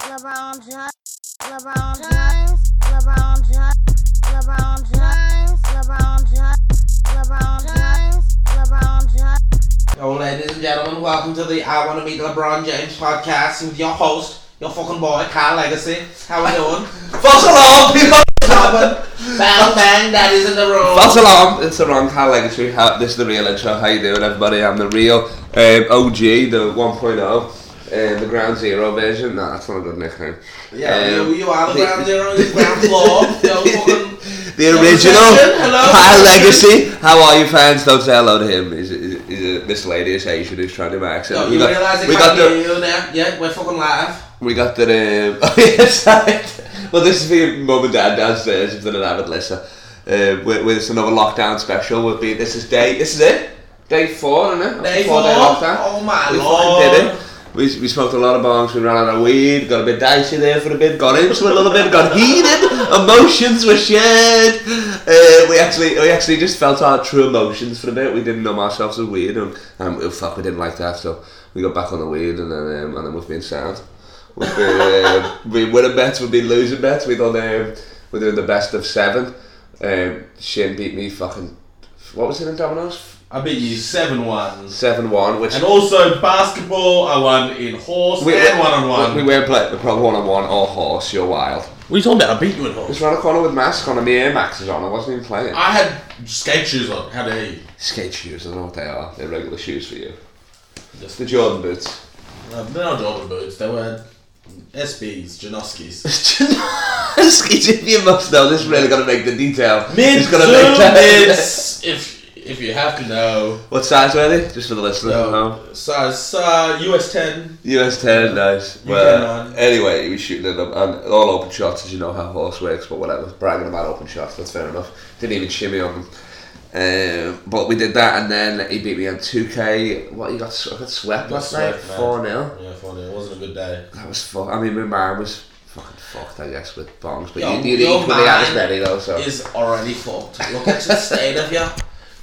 LeBron James, LeBron James, LeBron James, LeBron James, LeBron James, LeBron James, LeBron James. Yo, ladies and gentlemen, welcome to the I Want to Meet LeBron James podcast with your host, your fucking boy, Kyle Legacy. How we doing? False alarm! bang, bang, daddy's in the room. False alarm! It's the wrong Kyle Legacy. How- This is the real intro. How you doing, everybody? I'm the real um, OG, the 1.0, uh, the ground zero version. No, that's not a good nickname. Yeah, Um, you, you are the the- ground zero, you ground floor. Yo, fucking. The Hello, original Sebastian. Hello, Kyle Sebastian. Legacy. How are you, fans? Don't say hello to him. He's, he's, he's a, this lady is Asian who's trying to make accent. Yo, you realise it we got can't the hear you now? Yeah, we're fucking live. we got the um, oh yes, right. well this is for your mum and dad downstairs if they're an avid listener. Um, with, with this another lockdown special would be this is day this is it day four isn't it Day Four-day four? Oh my we lord. fucking did it we, we smoked a lot of bongs we ran out of weed got a bit dicey there for a bit got into it a little bit got heated emotions were shared uh, we actually we actually just felt our true emotions for a bit we didn't numb ourselves as weed and um, oh, fuck we didn't like that so we got back on the weed and then um, and then we've been sound We've been, uh, we winning bets, we've been losing bets. We've done, um, we're doing the best of seven. Um, Shane beat me fucking, what was it in Domino's? I beat you seven ones. 7 1, which. And also basketball, I won in horse and one on We one. weren't playing the pro one on one or horse, you're wild. What are you talking about? I beat you in I was horse. around a corner with mask on and the Air Maxes on, I wasn't even playing. I had skate shoes on. How dare you? Skate shoes, I don't know what they are. They're regular shoes for you. Just- The Jordan boots. Uh, They're not Jordan boots. They were SBs, Janoskis. Skate, if you must know, this really got to make the detail. Mids, It's gotta make two the- mids. If if you have to know. What size were they? Just for the listeners at home. So, size uh, US ten. US 10, nice. You Well, can, uh, anyway, he was shooting at them, um, and all open shots, as you know how horse works, but whatever. Bragging about open shots, that's fair enough. Didn't even shimmy on them. Um, but we did that, and then he beat me on 2K. What, you got, s- I got swept Got last night? swept, man. 4 0. Yeah, funny. It wasn't a good day. That was fuck. I mean, my mind was fucking fucked, I guess, with bombs, but Yo, you, you your didn't equally had as mind many, though, so. Is already fucked. Look at the state of your.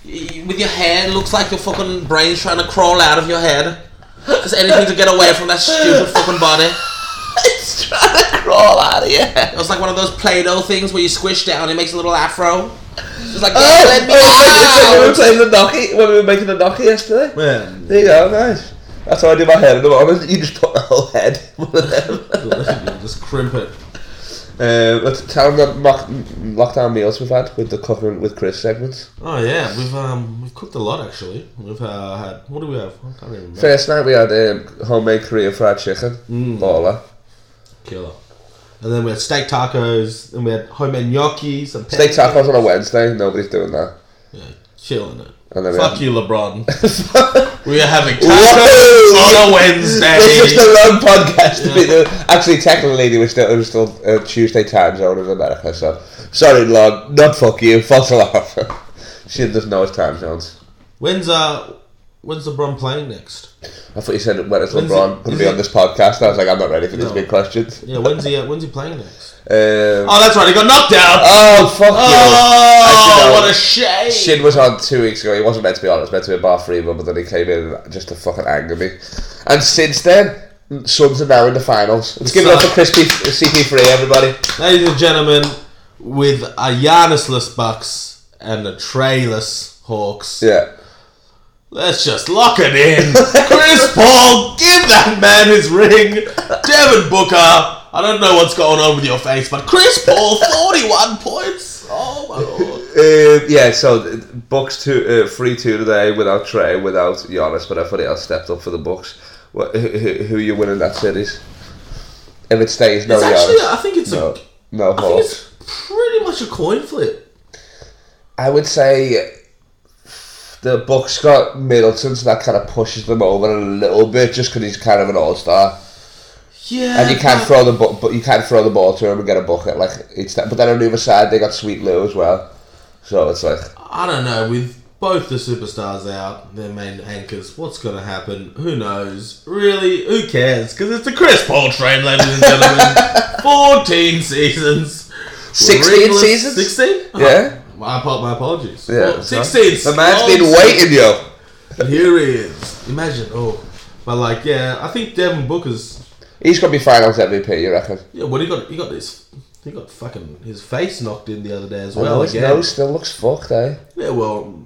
y- With your head, looks like your fucking brain's trying to crawl out of your head. Just anything to get away from that stupid fucking body. It's trying to crawl out of you. It was like one of those Play-Doh things where you squish down and it makes a little afro. It's like, Oh, let me oh, we were out. playing the Nokia, when we were making the Nokia yesterday. Man. There you go, nice. That's how I do my head at the moment. You just put my whole head. Just crimp it. Uh, let's tell them that mock- lockdown meals we've had with the covering with Chris segments. Oh yeah, we've um we've cooked a lot actually. We've uh, had what do we have? I can't even remember. First night we had um, homemade Korean fried chicken, Hmm. mm. Lola. Killer. And then we had steak tacos, and we had homemade gnocchi, some Steak pancakes. tacos on a Wednesday. Nobody's doing that. Yeah, chilling it. And then we Fuck had- you, LeBron. we are having Whoa! tacos on a Wednesday. This is the long podcast to be Yeah. doing. Actually, technically, they were still it was still uh, Tuesday time zone in America. So sorry, Lord, not fuck you, false alarm. she doesn't know it's time zones. When's uh, when's LeBron playing next? I thought you said when it's When's LeBron it- going to is be it- on this podcast. I was like, I'm not ready for these No. big questions. Yeah, when's he? Uh, when's he playing next? Um, Oh, that's right. He got knocked out. oh, fuck Oh, you. what a shame. Shin was on two weeks ago. He wasn't meant to be on. It was meant to be a bar free one, but then he came in just to fucking anger me. And since then, Suns are now in the finals. Let's give it up for Crispy CP3, everybody. Ladies and gentlemen, with a Giannisless Bucks and a Trayless Hawks. Yeah. Let's just lock it in. Chris Paul, give that man his ring. Devin Booker, I don't know what's going on with your face, but Chris Paul, 41 points. Oh my lord. Um, yeah, so th- Bucks two, uh, three two today without Trey, without Giannis, but everybody else stepped up for the Bucks. What, who, who, who are you winning that series? If it stays, no It's actually, Giannis, I think it's a, no, no I think Hawks. it's pretty much a coin flip. I would say the Bucks got Middleton, so that kind of pushes them over a little bit, just because he's kind of an all star, Yeah. and you can't but- throw the bu- but you can't throw the ball to him and get a bucket like it's that. But then on the other side, they got Sweet Lou as well, so it's like I don't know, with both the superstars out, their main anchors, what's going to happen? Who knows? Really, who cares? Because it's the Chris Paul train, ladies and gentlemen. 14 seasons. 16 Ringless- season? 16? Oh, Yeah. my, apo- my apologies. yeah, Well, 16. The man's been long waiting, yo. season. Here he is. Imagine, oh. But, like, yeah, I think Devin Booker's. He's going to be finals MVP, you reckon? Yeah, what he got? He got this. He got fucking his face knocked in the other day as well. Well, his again. nose still looks fucked, eh? Yeah, well,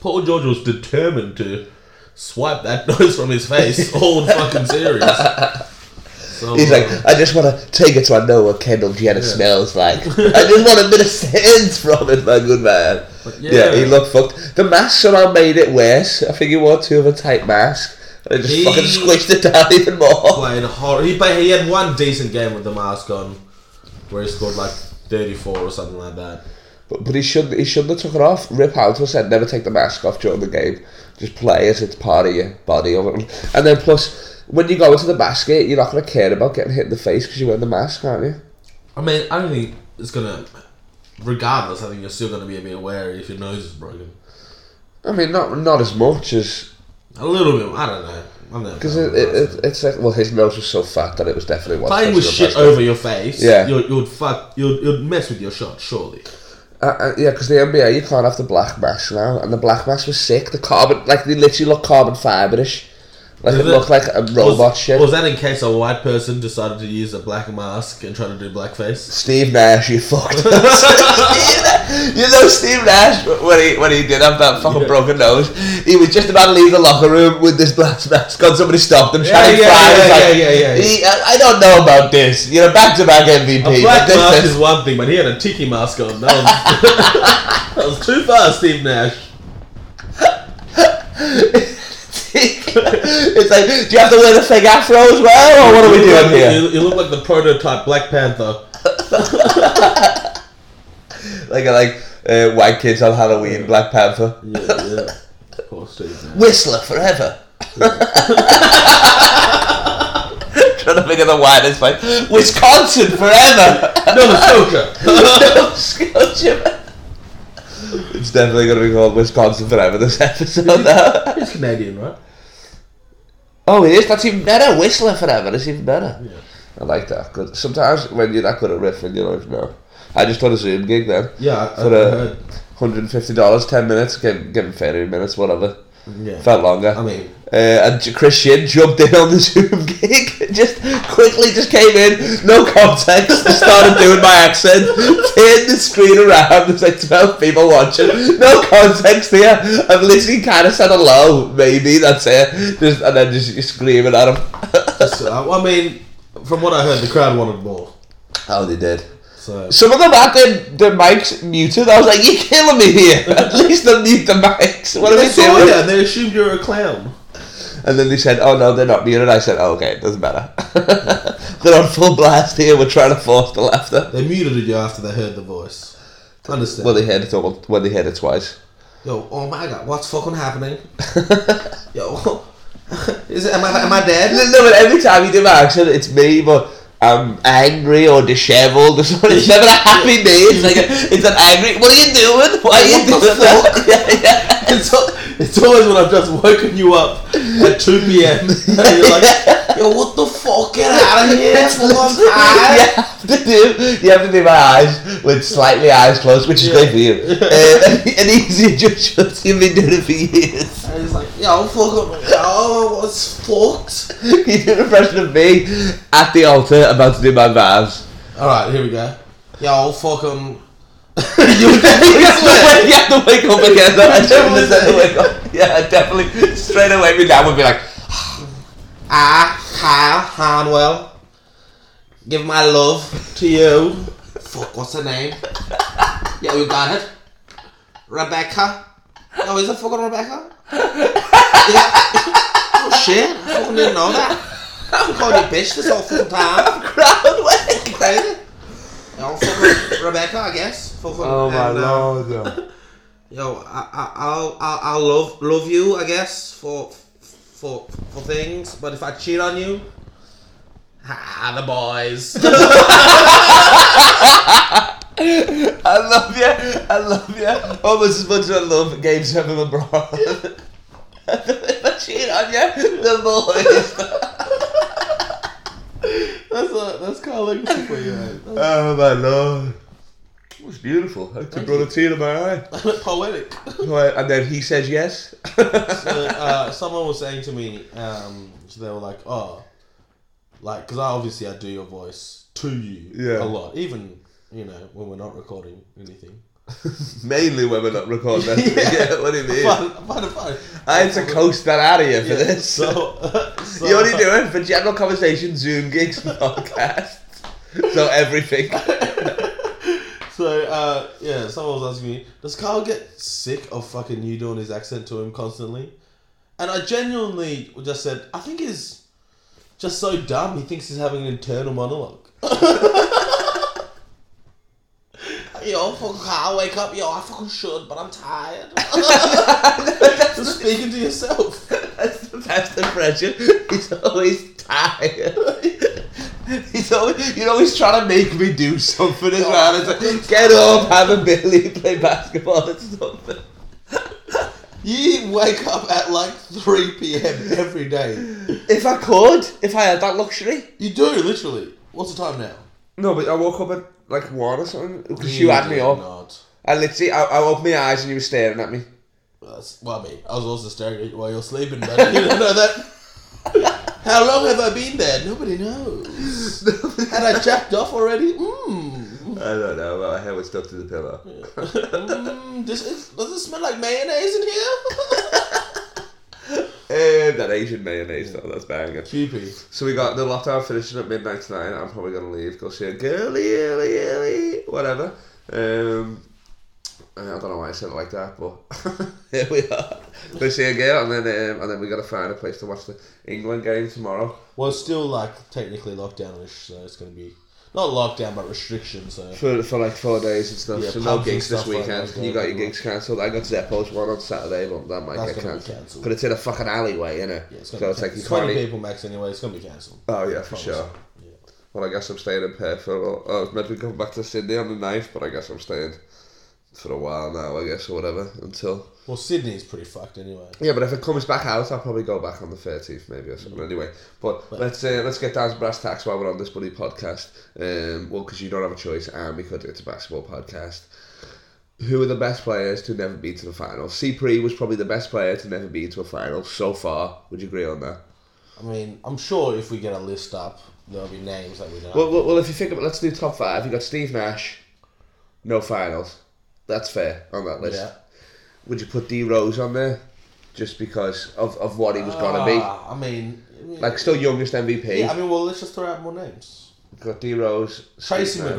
Paul George was determined to swipe that nose from his face all fucking series. So, He's like, uh, I just want to take it so I know what Kendall Jenner smells like. I just want a bit of sense from it, my good man. Yeah. yeah. he looked fucked. The mask somehow made it worse. I think he wore too of a tight mask. And it just He- fucking squished it down even more. played horror. He played, he had one decent game with the mask on, where he scored like thirty four or something like that. But, but he should he shouldn't have took it off. Rip Hunter said never take the mask off during the game. Just play as it's part of your body. or whatever. And then plus, when you go into the basket, you're not going to care about getting hit in the face because you're wearing the mask, aren't you? I mean, I don't think it's gonna. Regardless, I think you're still gonna be a bit wary if your nose is broken. I mean, not not as much as A little bit. I don't know. I'm not because it, it, it, it's like well, his nose was so fat that it was definitely one. playing with touch of the shit basket. over your face. Yeah. you'd, you'd fuck. You'd, you'd mess with your shot surely. Uh, uh, yeah, because the NBA you can't have the black mask now, and the black mask was sick. The carbon, like they literally look carbon fiberish, like it Is it- looked like a robot was, shit. Was that in case a white person decided to use a black mask and try to do blackface? Steve Nash, you fucked. Steve Nash- you know Steve Nash when he when he did have that fucking Yeah. broken nose, he was just about to leave the locker room with this black mask. God, somebody stopped him. Charlie yeah, Fry was yeah, like, yeah, yeah, yeah. "He- I, I don't know about this. You're a back to back MVP. A but black this- mask this- is one thing, but he had a tiki mask on. That was, that was too far, Steve Nash. it's like, do you have to wear the fake afro as well, or what are we You look doing like- here? You, you look like the prototype Black Panther. Like like uh, white kids on Halloween, Black Panther, Yeah, yeah. Poor Steve Nash. Whistler forever. Trying to figure the widest fight. Wisconsin forever. No, the Joker. Nova Scotia. It's definitely gonna be called Wisconsin forever this episode. Now. He's Canadian, right? Oh, it is. That's even better. Whistler forever. It's even better. Yeah. I like that. Good. Sometimes when you're that good at riffing, you don't even know. I just done a Zoom gig then. Yeah, I, I For the- heard. Hundred and fifty dollars, ten minutes, give, give him thirty minutes, whatever. Yeah. Felt longer. I mean, Uh, and J- Chris Shin jumped in on the Zoom gig, just quickly just came in, no context, just started doing my accent, turned the screen around, there's like 12 people watching, no context here, I've literally kind of said hello, maybe, that's it, just, and then just, just screaming at him. just, uh, I, I mean, from what I heard, the crowd wanted more. oh, they did. So Some of them had their, their mics muted, I was like, you're killing me here, at least they'll mute the mics, what are they we saw you doing? and they assumed you were a clown. And then they said, oh no, they're not muted. I said, oh, okay, it doesn't matter. they're on full blast here. We're trying to force the laughter. They muted you after they heard the voice. Understand? Well, they heard it all. Well, they heard it twice. Yo, oh my god, what's fucking happening? Yo, is it, am I am I dead? No, but every time you do my accent, it's me, but I'm angry or dishevelled or something. It's never a happy day. It's like, a, it's an angry, what are you doing? Why are you What the doing that? Yeah, yeah. It's, al- it's always when I've just woken you up at two p.m. and you're like, yo, what the fuck? Get out of here! That's for what one you time." have to do. You have to do my eyes with slightly eyes closed, which is Yeah. great for you. Uh, an easy adjustment. You've been doing it for years. And it's like, yo, fucking, yo, what's fucked? you did an impression of me at the altar about to do my vows. All right, here we go. Yo, fucking. you were definitely swear. you had to wake up again. though. I Definitely. definitely said to wake up. Yeah, I definitely. Straight away, my dad would be like, I, Kyle Hanwell, give my love to you. Fuck, what's her name? Yeah, you got it. Rebecca. Oh, is it fucking Rebecca? Yeah. Oh shit, I fucking didn't know that. You called me bitch this whole fucking time. crowd wake. Crazy. Yo, fucking Rebecca, I guess. Fucking, and, uh, Oh, lord. Yo, I, I, I'll, I'll, I'll love, love you, I guess, for, for, for things. But if I cheat on you, ah, the boys. I love you. I love you. Almost as much as I love Game 7 LeBron. if I cheat on you, the boys. that's a, that's kind of like for you. man. oh my lord. It was beautiful. I could brought a tear to my eye. That's poetic. Right, and then he says yes. So, uh, someone was saying to me, um, so they were like, oh, like because I obviously I do your voice to you Yeah. a lot, even you know when we're not recording anything. Mainly when we're not recording. yeah. what do you mean? But, but, but, I had to coast that out of you for this. So, so you only do it for general conversation, Zoom gigs, podcasts. so everything. So uh, yeah, someone was asking me, does Carl get sick of fucking you doing his accent to him constantly? And I genuinely just said, I think he's just so dumb. He thinks he's having an internal monologue. Yo, fucking Carl, wake up. Yo, I fucking should, but I'm tired. Just speaking to yourself. That's the best impression. He's always tired. He's always, you're always trying to make me do something as well. It's like, get up, have a billy, play basketball or something. You wake up at like three p.m. every day. If I could, if I had that luxury. You do literally. What's the time now? No, but I woke up at like one or something because you had me did up. Not. I literally, I, I opened my eyes and you were staring at me. That's, well, I mean, I was also staring at you while you're sleeping, but you don't know that. How long have I been there? Nobody knows. Had I jacked off already? Mmm. I don't know. My hair was stuck to the pillow. Mm, this is, does it smell like mayonnaise in here? Eh, that Asian mayonnaise though, that's banging. Cheapy. So we got the lockdown finishing at midnight tonight. I'm probably gonna leave, go see a girly, early, early, whatever. Um, I don't know why I said it like that, but here we are. We see a girl, and then um, and then we gotta find a place to watch the England game tomorrow. Well, it's still like technically lockdownish, so it's going to be not lockdown but restriction. So for, for like four days and stuff. Yeah, so no pubs and gigs this stuff like weekend. that, you got your yeah. gigs cancelled. I got Zeppo's one on Saturday, but that might That's get gonna be cancelled. cancelled. But it's in a fucking alleyway, innit? yeah, it's going to so be it's like cancelled. you can't. twenty Really... people max anyway. It's going to be cancelled. Oh yeah, for Promise. sure. Yeah. Well, I guess I'm staying in Perth for. Oh, I was meant to be coming back to Sydney on the ninth, but I guess I'm staying for a while now. I guess or whatever until. Well, Sydney's pretty fucked anyway. Yeah, but if it comes back out, I'll probably go back on the thirteenth, maybe or something. Anyway, but let's uh, let's get down to brass tacks while we're on this bloody podcast. Um, well, because you don't have a choice, and because it's a basketball podcast. Who are the best players to never be to the final? Cipri was probably the best player to never be to a final so far. Would you agree on that? I mean, I'm sure if we get a list up, there'll be names that we don't. Well, well, well if you think about, let's do top five. You got Steve Nash, no finals. That's fair on that list. yeah. Would you put D Rose on there, just because of, of what he was gonna be? Ah, I mean, I mean- Like still youngest MVP. yeah, I mean, well, let's just throw out more names. Got D Rose. Tracy Steve Nash.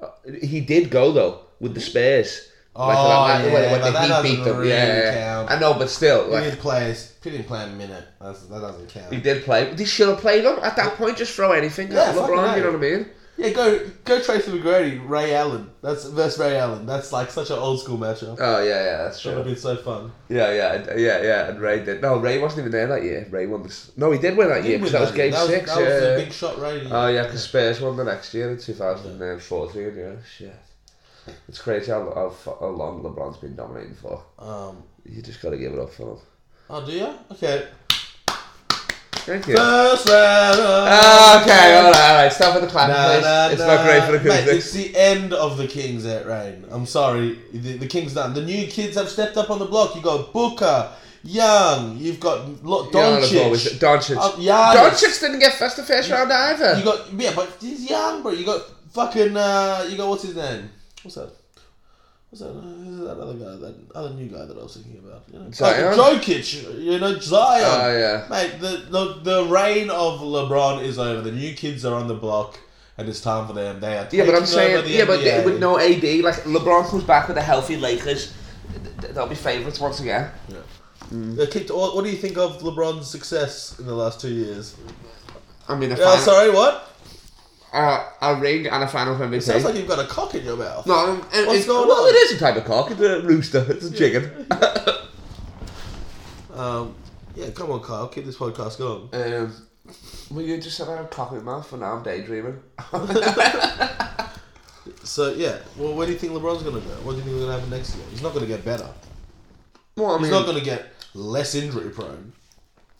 McGrady. He did go though with the Spurs. Oh, that- yeah, but that Heat doesn't really count. I know, but still, He like didn't play. He didn't play a minute. That's, that doesn't count. he did play. They should have played him at that point. Just throw anything Yeah, at fucking LeBron. You right. know what I mean? Yeah, go go Tracy McGrady, Ray Allen. That's versus Ray Allen. That's like such an old school matchup. That Oh yeah, yeah, that's would have true. been so fun. Yeah, yeah, and- yeah, yeah. And Ray did. No, Ray wasn't even there that year. Ray won this. No, he did win that year because that was game that was, six. That was yeah. the big shot Ray. Oh yeah, because Spurs won the next year in 2014. Yeah, shit. It's crazy how, how, fu- how long LeBron's been dominating for. Um. You just gotta give it up for him. Oh, do you? Okay. Thank you. First round. of- Ah, Okay, alright, alright. Stop with the clapping, Na, please. na, it's na. not great for the eh? Mate, It's acoustics. the end of the Kings at rain. I'm sorry, the, the Kings done. The new kids have stepped up on the block. You got Booker, Young. You've got Lo- Doncic. Doncic. Doncic. Uh, Giannis. Doncic didn't get first the first round either. You got yeah, but he's young, bro. You got fucking uh, you got what's his name? What's that? What's that? uh, Who's that other guy? That other new guy that I was thinking about. You know, Zion? Fucking Jokic. You know Zion. Oh, yeah. Mate, the, the the reign of LeBron is over. The new kids are on the block, and it's time for them. They are yeah, but taking I'm over saying, the yeah, but NBA. with no AD, like LeBron comes back with a healthy Lakers, th- th- they'll be favourites once again. Mm. They kicked. What, what do you think of LeBron's success in the last two years? I mean, a Yeah, final, sorry, what? A, a ring and a final MVP. Sounds like you've got a cock in your mouth. no, um, it- What's it's, going well, on? it is a type of cock. It's a rooster. It's a chicken. Um, yeah, come on, Kyle, keep this podcast going. um, well, you just said I had a cock in my mouth, and now I'm daydreaming. So yeah, well, where do you think LeBron's gonna go? What do you think is gonna happen next year? He's not gonna get better. Well, I He's mean, not gonna get less injury prone.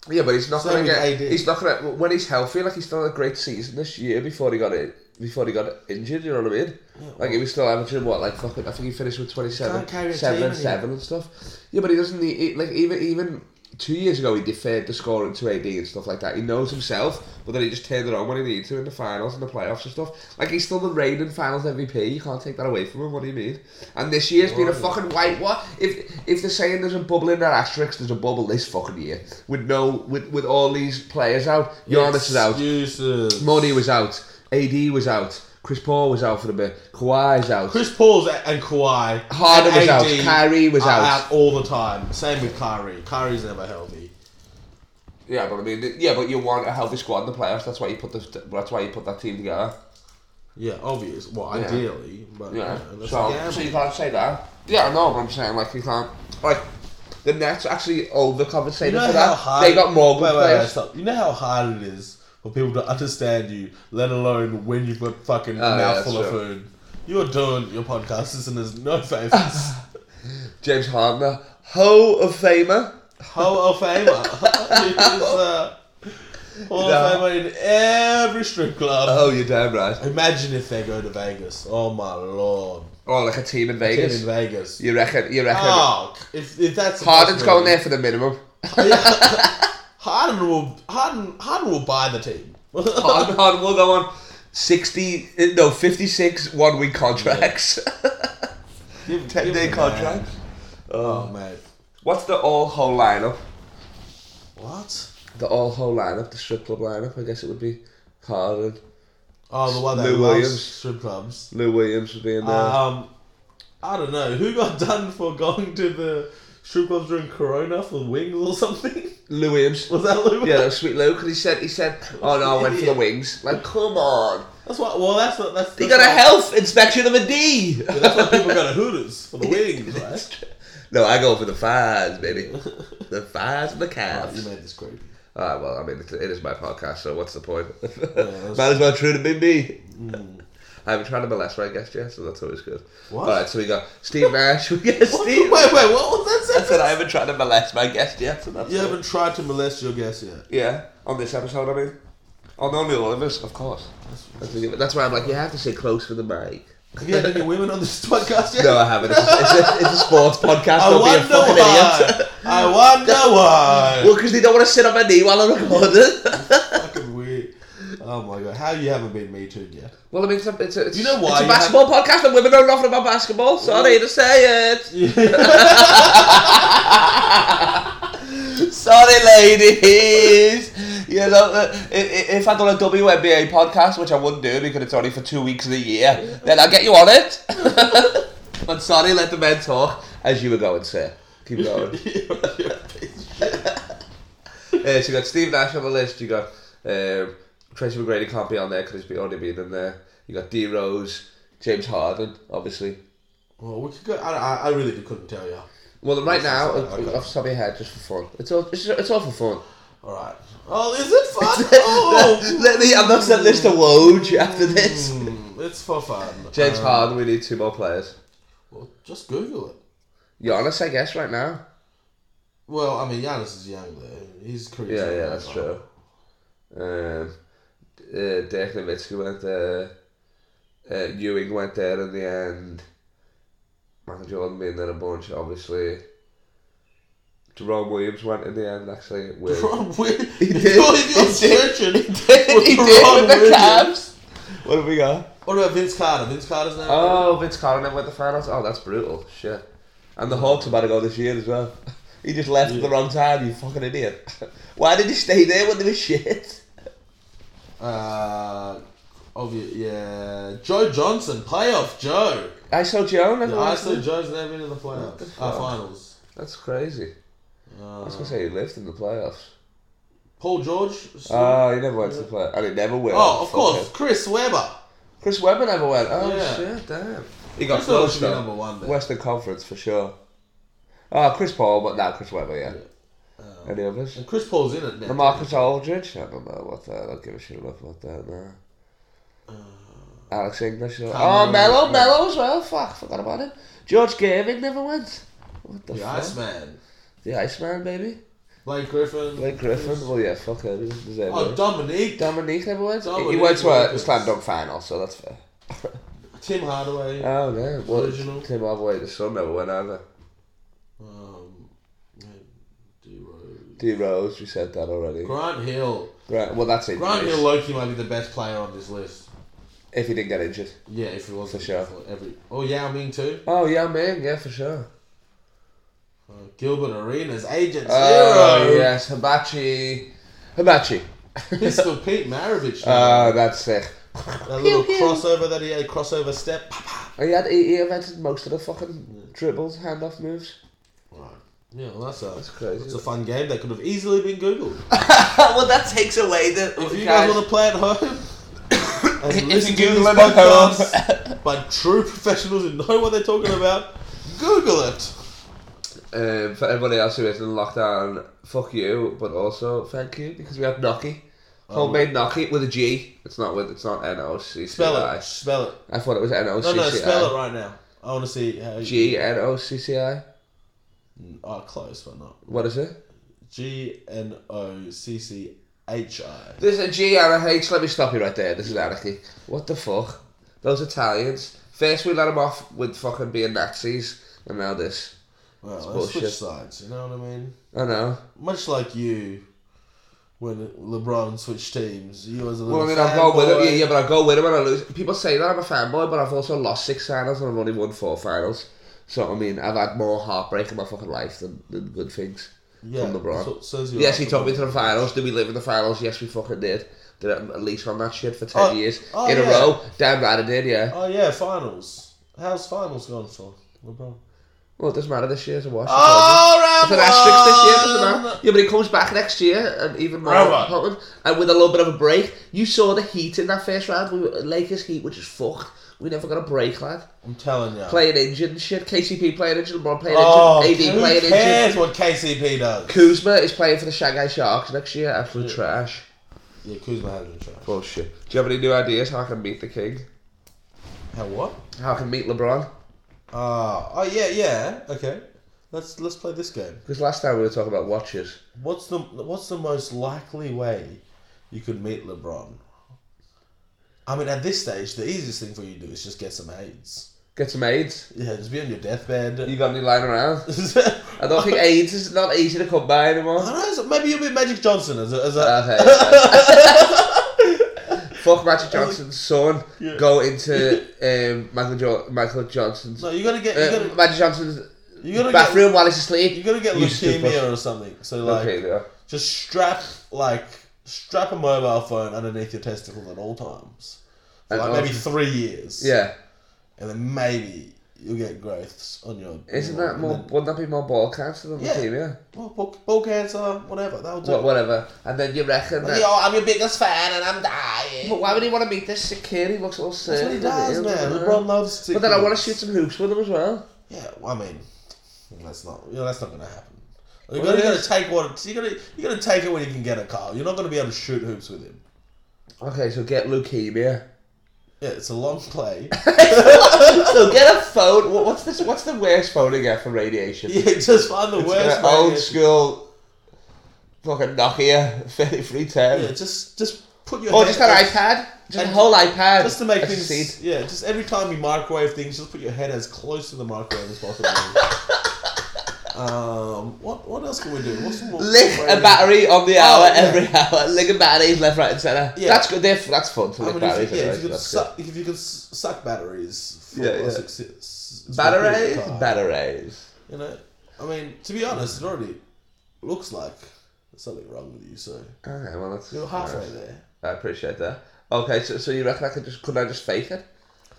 Yeah, but he's not Same going to with get. AD. He's not going to when he's healthy. Like he's still had a great season this year before he got it. Before he got injured, you know what I mean? like he was still averaging what, like fucking. I think he finished with twenty seven, Can't carry a seven team and anymore. seven and stuff. Yeah, but he doesn't need he, like even even two years ago he deferred the score into AD and stuff like that. He knows himself, but then he just turned it on when he needed to in the finals and the playoffs and stuff. Like he's still the reigning finals MVP. You can't take that away from him. What do you mean? And this year's been a fucking white what? If if they're saying there's a bubble in that asterisk, there's a bubble this fucking year with no with with all these players out. Giannis is out. Excuses. Money was out. AD was out. Chris Paul was out for a bit. Kawhi's out. Chris Paul's a- and Kawhi. Harden and was out. AD Kyrie was are out. all the time. Same with Kyrie. Kyrie's never healthy. yeah, but I mean, yeah, but you want a healthy squad in the playoffs. That's why you put the. That's why you put that team together. Yeah, obvious. Well, Yeah. ideally, but Yeah. you know, that's a so, gamble. so you can't say that. Yeah, I know what I'm saying. Like you can't. Like the Nets actually overcompensated You know for how that. hard They got more good Wait, wait, wait, players. stop. You know how hard it is for people to understand you, let alone when you've got fucking Oh, yeah, mouthful that's of true. food. You're doing your podcasters and there's no favors. James Harden, Ho of Famer. Hall of Famer. He's, uh, Hall Yeah. of Famer in every strip club. Oh, you're damn right. Imagine if they go to Vegas. Oh my lord. Or Oh, like a team in Ah, Vegas. Vegas. In Vegas. You reckon? You reckon? Oh, if, if that's a Harden's going there possibility. for the minimum. Harden will Harden Harden will buy the team. Harden, Harden will go on sixty, uh, no, fifty-six one-week contracts. Give- give Ten-day him a contract. man. Oh mate, What's the all-whole lineup? what? The all-whole lineup, the strip club lineup. I guess it would be Harden, Oh, the one that Lou loves Williams. strip clubs. Lou Williams would be in there. Um, I don't know who got done for going to the strip clubs during Corona for wings or something. Lou Williams. Was that Lou? Yeah, that was sweet Lou. Because he said, he said, oh no, I went for the wings. Like, come on. That's what. Well, that's what. That's. He that's got a why- health inspection of a D. That's why people go to Hooters for the wings, right? no, I go for the fives, baby. The fives and the Oh, you calves. made this creepy. Ah, well, I mean, it it is my podcast, so what's the point? that's- Mm. Might as well try to be me. I haven't tried to molest my guest yet, so that's always good. What? Alright, so we got Steve Nash. We got What? Wait, Steve. wait. What was that? I said I haven't tried to molest my guest yet, so that's You it. haven't tried to molest your guest yet. Yeah, on this episode, I mean. On only all of us, of course. That's, that's why I'm like, you have to sit close for the mic. Have you had any women on this podcast yet? No, I haven't. It's a, it's a, it's a sports podcast. I Don't be a wonder fucking idiot. why. I wonder why. Well, because they don't want to sit on my knee while I record it. fucking weird. Oh my god, how you haven't been me too yet? Well, I mean, it's a, it's a, it's, You know why it's a you basketball podcast and women know nothing about basketball, so I need to say it. Sorry, ladies. You know, uh, i- i- if I'd done a WNBA podcast, which I wouldn't do because it's only for two weeks of the year, then I'll get you on it. but sorry, let the men talk as you were going, sir. Keep going. uh, so you got Steve Nash on the list. You got um, Tracy McGrady can't be on there because he's be- already been in there. You got D Rose, James Harden, obviously. well, we could go. I, I, I really couldn't tell you. Well, right now, Yes, yes, okay. off the top of your head, just for fun, it's all it's, it's all for fun. All right. Oh, is it fun? oh, Let me. I'm not sending this to Woj after this. mm, it's for fun. James Um, Harden, we need two more players. Well, just Google it. Giannis, I guess, right now. Well, I mean, Giannis is young though. He's crazy. Yeah, yeah, that's true. Um, uh, Dirk Nowitzki went there. Uh, Ewing went there in the end. Michael Jordan being there a bunch, obviously. Jerome Williams went in the end, actually. With, Ron, weird. He You're, did. you're He did. searching. he did Ron with the Williams. Cavs. What have we got? What about Vince Carter? Vince Carter's name? Oh, Vince Carter never went to finals. Oh, that's brutal. Shit. And the Hawks are about to go this year as well. He just left at the wrong time, you fucking idiot. Why did he stay there when there was shit? Uh, obvious, yeah. Joe Johnson, playoff Joe. ISO Joe never Yeah, I went to saw the- Joe's never been in the playoffs. Uh, finals. That's crazy. I was Uh, going to say he lived in the playoffs. Paul George. still- Oh, he never went to the playoffs. And he never will. oh, of Fuck course, him. Chris Webber. Chris Webber never went. Oh, Yeah. shit, damn. He got Chris Webber close, should be though. number one. There. Western Conference, for sure. Oh, Chris Paul, but now Chris Webber, yeah. Uh, Any others? and Chris Paul's in it now. The Marcus Aldridge? I don't know what that. I don't give a shit enough about that now. Uh, Alex English. oh, Oh, Cameron, Mello, yeah. Mello as well. Fuck, forgot about him. George Gaming never went. What the The fuck? Iceman. The Iceman, baby. Blake Griffin. Blake Griffin. Well, yeah, fuck him. He doesn't deserve Oh, it. Dominique. Dominique never went. He- he Dominique went to a Wilkins. slam dunk final, so that's fair. Tim Hardaway. Oh, no. Well, Original. Tim Hardaway, the son, never went either. um, yeah, D-Rose. D Rose, we said that already. Grant Hill. Right, well, that's it. Grant Hill Loki might be the best player on this list. If he didn't get injured. Yeah, if it wasn't For sure. for every. Oh, Yao Ming too. Oh, yeah, man, yeah, for sure. Uh, Gilbert Arenas, Agent Oh, Zero. yes, Hibachi. Hibachi. Pistol Pete Maravich. Oh, that's sick. that little crossover that he had, crossover step. Oh, He had he, he invented most of the fucking dribbles, handoff moves. Right. Yeah, well, that's a that's crazy. It's a fun game that could have easily been Googled. well, that takes away the. If you guys want to play at home, and If listen to you this Google it at home. podcast by true professionals who know what they're talking about, Google it. Um, for everybody else who is in lockdown, fuck you, but also thank you because we have Noki, Oh, homemade Noki with a G. It's not with. It's not N O C C Spell I. it. Spell it. I thought it was N O No, C no, C spell it I. right now. I want to see how you. eh? G E N O C C I. Oh, close, but not. What is it? G N O C C H I. There's a G and a H. Let me stop you right there. This is anarchy. What the fuck? Those Italians. First we let them off with fucking being Nazis, and now this. Well, let's switch bullshit. sides, you know what I mean? I know. Much like you, when LeBron switched teams, you as a little Well, I mean, I'll go with him. fanboy. Yeah, yeah, but I'll go with him and I lose. People say that I'm a fanboy, but I've also lost six finals and I've only won four finals. So I mean, I've had more heartbreak in my fucking life than, than good things Yeah, from LeBron. so- says you yes, are. he took me to the finals. Did we live in the finals? Yes, we fucking did. Did I at least on that shit for ten Oh, years oh, in a yeah. row? Damn right I did. Yeah. Oh yeah, finals. How's finals gone for LeBron? Well, it doesn't matter this year's a wash. Oh, It's an asterisk this year, doesn't it? Yeah, but he comes back next year and even more Robert. important, and with a little bit of a break. You saw the heat in that first round. We were, Lakers heat, which is fucked. We never got a break, lad. I'm telling you. Playing injured and shit. KCP playing injured. LeBron playing oh, injured. AD who playing cares injured. what KCP does? Kuzma is playing for the Shanghai Sharks next year. Absolute trash. yeah, Kuzma has been trash. Bullshit. Do you have any new ideas how I can meet the king? How what? How I can meet LeBron? Uh, oh yeah, yeah. Okay, let's let's play this game. Because last time we were talking about watches. What's the what's the most likely way you could meet LeBron? I mean, at this stage, the easiest thing for you to do is just get some AIDS. Get some AIDS. Yeah, just be on your deathbed. You got any lying around? I I don't think AIDS is not easy to come by anymore. don't know, maybe you'll be Magic Johnson as a, as a Okay. okay. Fuck Magic Johnson's son. Yeah. Go into um, Michael jo- Michael Johnson's No, you gotta get you uh, gotta, Magic Johnson's you gotta bathroom while he's get you asleep. gotta get You stupid. leukemia or something. So like, Okay, yeah. just strap like strap a mobile phone underneath your testicles at all times. For And like maybe also- three years. yeah. and then maybe you'll get growths on your. Isn't your- that more? and then- Wouldn't that be more ball cancer than Yeah. leukemia? Well, ball, ball cancer, whatever. That'll do. Wha- whatever. And then you reckon that? Yo, I'm your biggest fan, and I'm dying. But why would he want to meet this sick kid? He looks all sick. That's what he does, man. LeBron loves to. But then I want to shoot some hoops with him as well. Yeah, well, I mean, that's not. You know, that's not gonna happen. You Well, gotta, it you gotta is. take what you gotta you gotta take it when you can get it, Carl. You're not gonna be able to shoot hoops with him. Okay, so get leukemia. Yeah, it's a long play. so get a phone. What, what's this? What's the worst phone to get for radiation? yeah, just find the It's worst an old way. school fucking Nokia 3310. Yeah, just just put your or hand just an as- iPad. Just a and whole iPad. Just to make as a things, seed. yeah. Just every time you microwave things, just put your head as close to the microwave as possible. um, what what else can we do? What's more? Lick what a battery on the hour, Oh, yeah. every hour. Lick a battery left, right, and centre. Yeah. That's good. They're, that's fun to I lick mean, batteries. if, yeah, anyway, if you, could that's good. suck, if you could s- suck batteries for Yeah, a yeah. success, for a period Batteries? of time, Batteries. You know, I mean, to be honest, it already looks like there's something wrong with you. So Okay, well, that's. you're halfway there. I appreciate that. Okay, so, so you reckon I could just. Could I just fake it?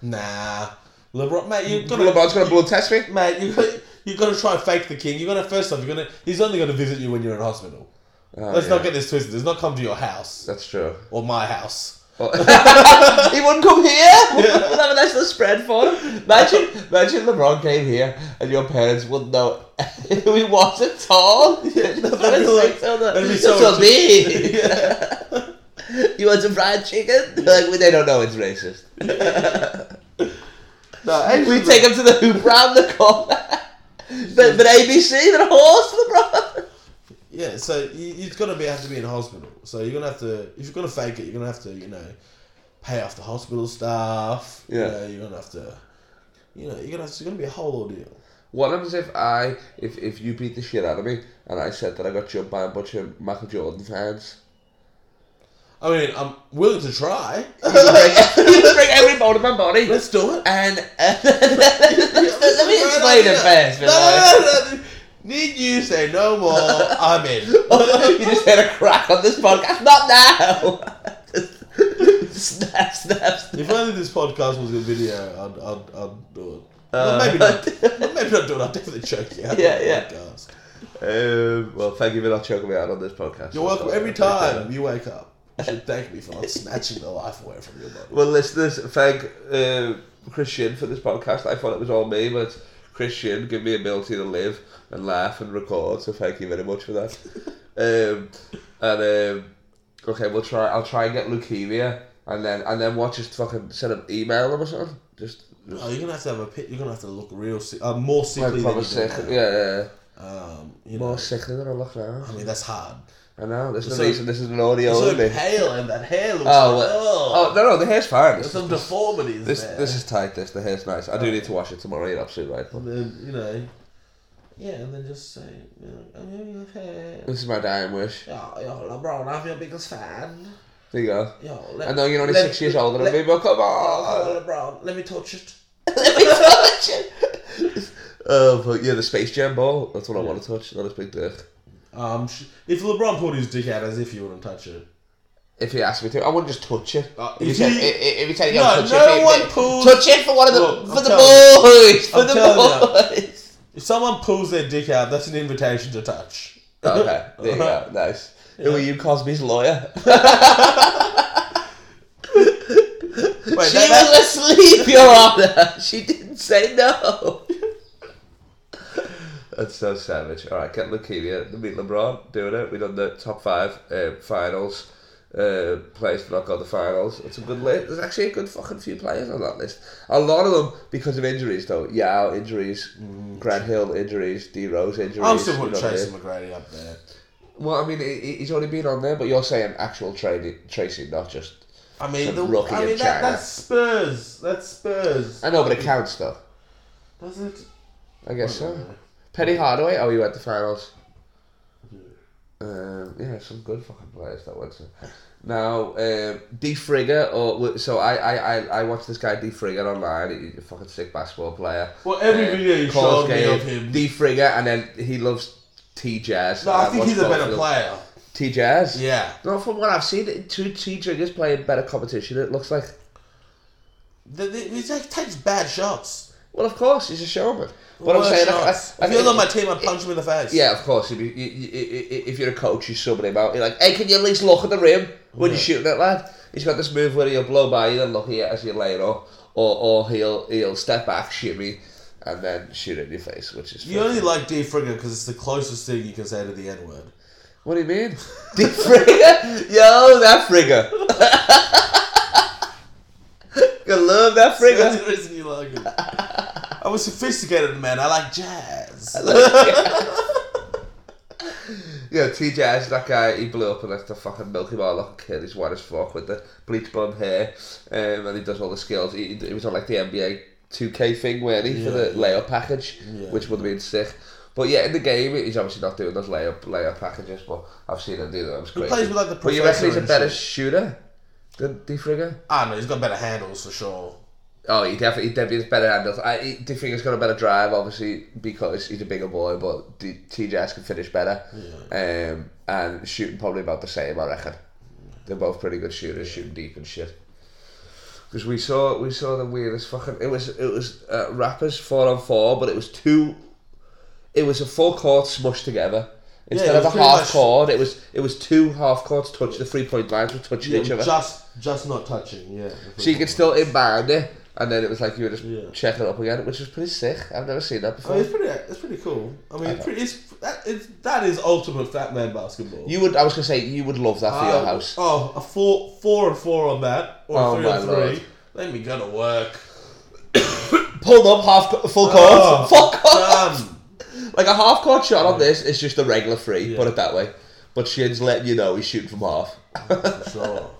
Nah, LeBron, mate, you've got LeBron's going to blood test me? Mate, you got you got to try and fake the king. You got to first off, you're gonna he's only gonna visit you when you're in hospital. Oh, Let's yeah, not get this twisted. Let's not come to your house That's true. or my house. Oh. he wouldn't come here. We'll have a nice little spread for him. Imagine, imagine LeBron came here and your parents wouldn't know who he was at all. Yeah, they'd be like- they'd be so so me. You want some fried chicken? They're Like well, they don't know it's racist. No, We take him to the hoop round the corner. But, but ABC, they're a horse, LeBron. Yeah, so you, you're gonna be have to be in hospital. So you're gonna have to if you're gonna fake it, you're gonna have to you know pay off the hospital staff. Yeah. you know, you're gonna have to you know you're gonna have to, it's gonna be a whole ordeal. What happens if I, if, if you beat the shit out of me and I said that I got jumped by a bunch of Michael Jordan fans? I mean, I'm willing to try. You break, you break every bone in my body. Let's do it. And, and let me explain it first. No, but like- no, no, no. Need you say no more? I'm in. you just had a crack on this podcast. Not now. snap, snap, If snap. only this podcast was a video, I'd, I'd, I'd do it. Uh, Well, maybe not. maybe not do it. I'd definitely choke you out. Yeah, on the yeah. Podcast. Um, well, thank you for not choking me out on this podcast. You're welcome every time you wake up. You should thank me for not snatching the life away from your body. Well, listeners, thank uh, Christian for this podcast. I thought it was all me, but Christian gave me ability to live and laugh and record. So thank you very much for that. um, and um, okay, we'll try. I'll try and get leukemia, and then and then what? Just fucking send an email or something. Just. Oh, you're gonna have to have a pit. You're gonna have to look real sick. Uh, more Like sickly than proper you do sick, now. yeah, yeah, yeah. Um, you know, More sickly than I look now. I mean that's hard. I know. This is So- the reason this is an audio so only. pale and that hair looks Oh, like well- oh, oh no, no, the hair's fine. there's This, some deformities this, there. this is tight. This the hair's nice. I do need to wash it tomorrow. You're absolutely right. and then you know, yeah, and then just say, you know, "Oh, I mean, your hair. This is my dying wish. Yo, yo, LeBron, I'm your biggest fan. There you go. Yo, let, I know you're only let- six years older let- than me, but come Oh, on. LeBron, let me touch it. Oh, but yeah, the Space Jam ball. That's what I want to touch. Not his big dick. Um, sh- if LeBron pulled his dick out as if he wouldn't touch it. If he asked me to, I wouldn't just touch it. Uh, if, he if said, he- i- i- if he said, No, yeah, touch no it, he- one he- pulls- touch it for one of the Look, for I'm the telling boys, for I'm the telling boys. If someone pulls their dick out, that's an invitation to touch. Okay, there you go. Nice. Who are you, Cosby's lawyer? Wait, she that- that- was asleep, Your Honor. She didn't say no. That's so savage. All right, get leukemia. The meet LeBron doing it. We done the top five um, finals. Uh, players that not got the finals. It's a good list. There's actually a good fucking few players on that list. A lot of them because of injuries though. Yao injuries, Grant Hill injuries, D Rose injuries. I'm still you putting know what I mean? Tracy McGrady up there. Well, I mean, he- he- he's already been on there, but you're saying actual trading, tracing, not just. I mean, Some the, rookie I in mean that, China. that's Spurs. That's Spurs. I know, but it counts though. Does it? I guess so. Penny Hardaway. Oh, you at the finals. Um, yeah, some good fucking players that went to. Now, um, D Frigga, or w- so I, I, I, I watched this guy D Frigga online. He's a fucking sick basketball player. Well, every Um, video you calls showed me game, of him. D Frigga, and then he loves T Jazz. No, I think he's a better player. T Jazz. Yeah. No, from what I've seen, two T Jiggas playing better competition. It looks like. The, the, he like, takes bad shots. Well, of course, he's a showman. What I'm Worse saying, I, I, shots. I if he was think- on my team, I'd punch him in the face. yeah, of course. If, you, you, you, i- i- if you're a coach, you subbing him out. You're like, hey, can you at least look at the rim when you're shooting it, lad? He's got this move where he'll blow by you and look at you as you're laying up, or or he'll he'll step back, shimmy, and then shoot it in your face, which is. You only like D Frigga because it's the closest thing you can say to the N word. What do you mean? Dick Frigga? Yo, that Frigga. I love that Frigga. That's the reason you like him. I was sophisticated, man. I like jazz. Yeah, T Jazz, that guy, he blew up and that's the fucking Milky Bar looking kid. He's white as fuck with the bleach blonde hair, um, and he does all the skills. He, he was on like the NBA 2K thing, weren't he, for the layup package, Yeah. which would have been sick. But yeah, in the game, he's obviously not doing those layup layup packages, but I've seen him do them. It's crazy. plays with, like, the But you reckon professor he's a and better shit. shooter than D Frigga? I don't know. He's got better handles for sure. Oh, he definitely, he definitely has better handles. I he, do think he's got a better drive, obviously, because he's a bigger boy, but D- TJS can finish better. Um, and shooting probably about the same, I reckon. They're both pretty good shooters, shooting deep and shit. Because we saw, we saw the weirdest fucking. It was, it was uh, rappers four on four, but it was two. It was a full court smushed together. Instead it of was a pretty half much- court, it was it was two half courts touch the three point lines were touching each other. Just, just not touching. Yeah. So you could still inbound it, and then it was like you were just Yeah. checking it up again, which was pretty sick. I've never seen that I before. mean, it's pretty. It's pretty cool. I mean, it's pretty, it's, that, it's, that is ultimate fat man basketball. you would, I was gonna say, you would love that for your Uh, house. Oh, a four, four and four on that, or Oh, a three my and three. lord. Let me go to work. Pulled up half co- full court, Oh, full court. Done. Like a half court shot on this is just a regular free. Yeah. Put it that way. But Shin's letting you know he's shooting from half. For sure.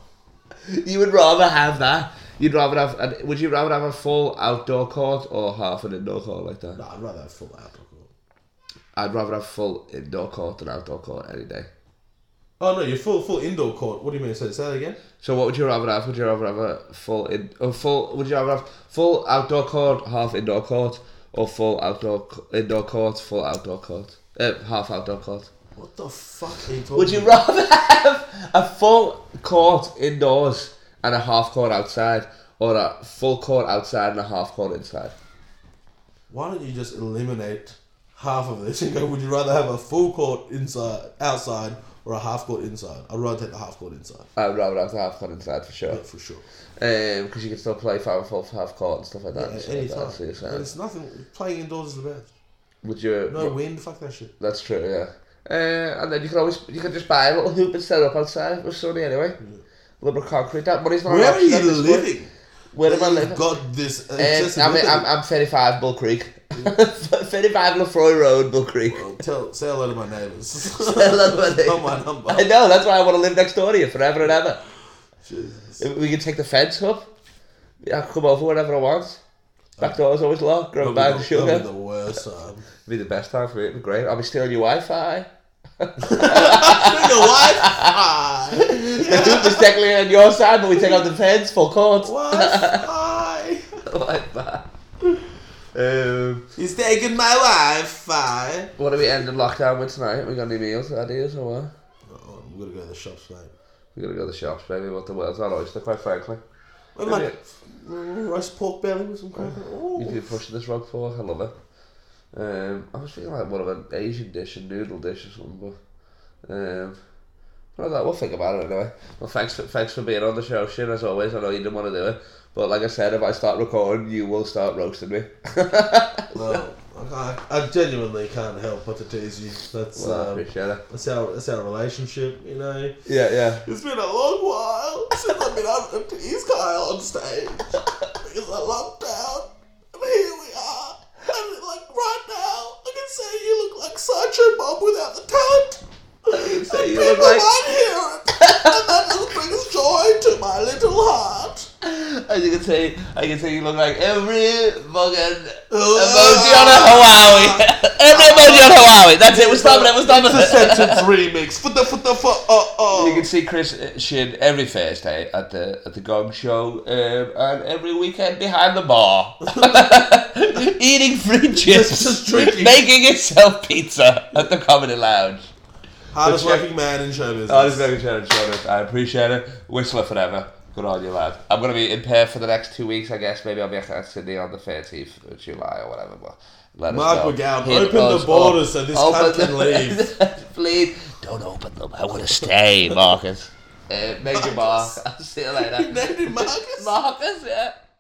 You would rather have that You'd rather have. An, would you rather have a full outdoor court or half an indoor court like that? No, I'd rather have full outdoor court. I'd rather have full indoor court than outdoor court any day. Oh no, you're full full indoor court. What do you mean? So say that again. So what would you rather have? Would you rather have a full in, a full? Would you rather have full outdoor court, half indoor court, or full outdoor c- indoor court, full outdoor court, uh, half outdoor court? What the fuck are you talking? Would you about? rather have a full court indoors and a half court outside, or a full court outside and a half court inside? Why don't you just eliminate half of this and go? Would you rather have a full court inside, outside, or a half court inside? I'd rather take the half court inside. I'd rather have the half court inside for sure, Yeah, for sure. because you can still play five and full for half court and stuff like that. and At shit any like that, time. so you're And saying. it's nothing. Playing indoors is the best. Would you? No wind. Fuck that shit. That's true, yeah. Uh, and then you can always you can just buy a little hoop and set it up outside with Sony anyway. A little bit of concrete. That money's not. an Where are option you at this point. living? Where am I You've living? Got this. uh, Um, I'm, accessibility. I'm, I'm 35 Bull Creek. 35 Lefroy Road, Bull Creek. Well, tell say hello to my neighbours. hello to my neighbours. Not my number. I know, that's why I want to live next door to you forever and ever. Jesus. If We can take the fence up. I can come over whenever I want. Back door's always locked. Grab a bag That'll of be the- that'll sugar. be the worst time. be the best time for me. It'd be great. I'll be stealing your Wi-Fi. Sugar Wi-Fi. The hoop is technically on your side, but we take out the fence full court. Wi-Fi. like that. Um, He's taking my Wi-Fi. what are we ending lockdown with tonight? We got any meals ideas or what? Oh, I'm gonna go to the shops, mate. We gotta go to the shops, maybe what the world's on oyster, quite frankly. What Yeah. like mm, roast pork belly with some cracker? You Ooh. keep pushing this rock fork, I love it. Um, I was thinking like one of an Asian dish, a noodle dish or something, but um, I don't know, we'll think about it anyway. Well, thanks for, thanks for being on the show, Shin, as always. I know you didn't want to do it, but like I said, if I start recording, you will start roasting me. No, I, can't- I genuinely can't help but to tease you. That's Well, I um, appreciate it. that's our that's our relationship, you know. Yeah, yeah. It's been a long while since I've been able to tease Kyle on stage. Because I lockdown. And here we are. And like right now, I can say you look like Sideshow Bob without the talent. So you People look like. might hear it. and that just brings joy to my little heart. As you can see, I can see you look like every fucking emoji on a Hawaii. every emoji on Hawaii. That's it. We're stopping it. We're stopping it. sentence remix. For the for the for uh You uh. can see Chris uh, Shin every Thursday at the at the Gong Show um, and every weekend behind the bar, eating free chips, just drinking. making itself pizza at the Comedy Lounge. Hardest But yeah. working man in show business. Oh, this is very generous, Jonas. I appreciate it. Whistler forever. Good on you, lad. I'm going to be in Perth for the next two weeks, I guess. Maybe I'll be at Sydney on the 13th of July or whatever. But let Mark us know. McGowan, Hit open the us borders so up. this Open cunt can leave. Please, don't open them. I want to stay, Marcus. uh, Major Mark. I'll see you later. Named him Marcus. Marcus, yeah.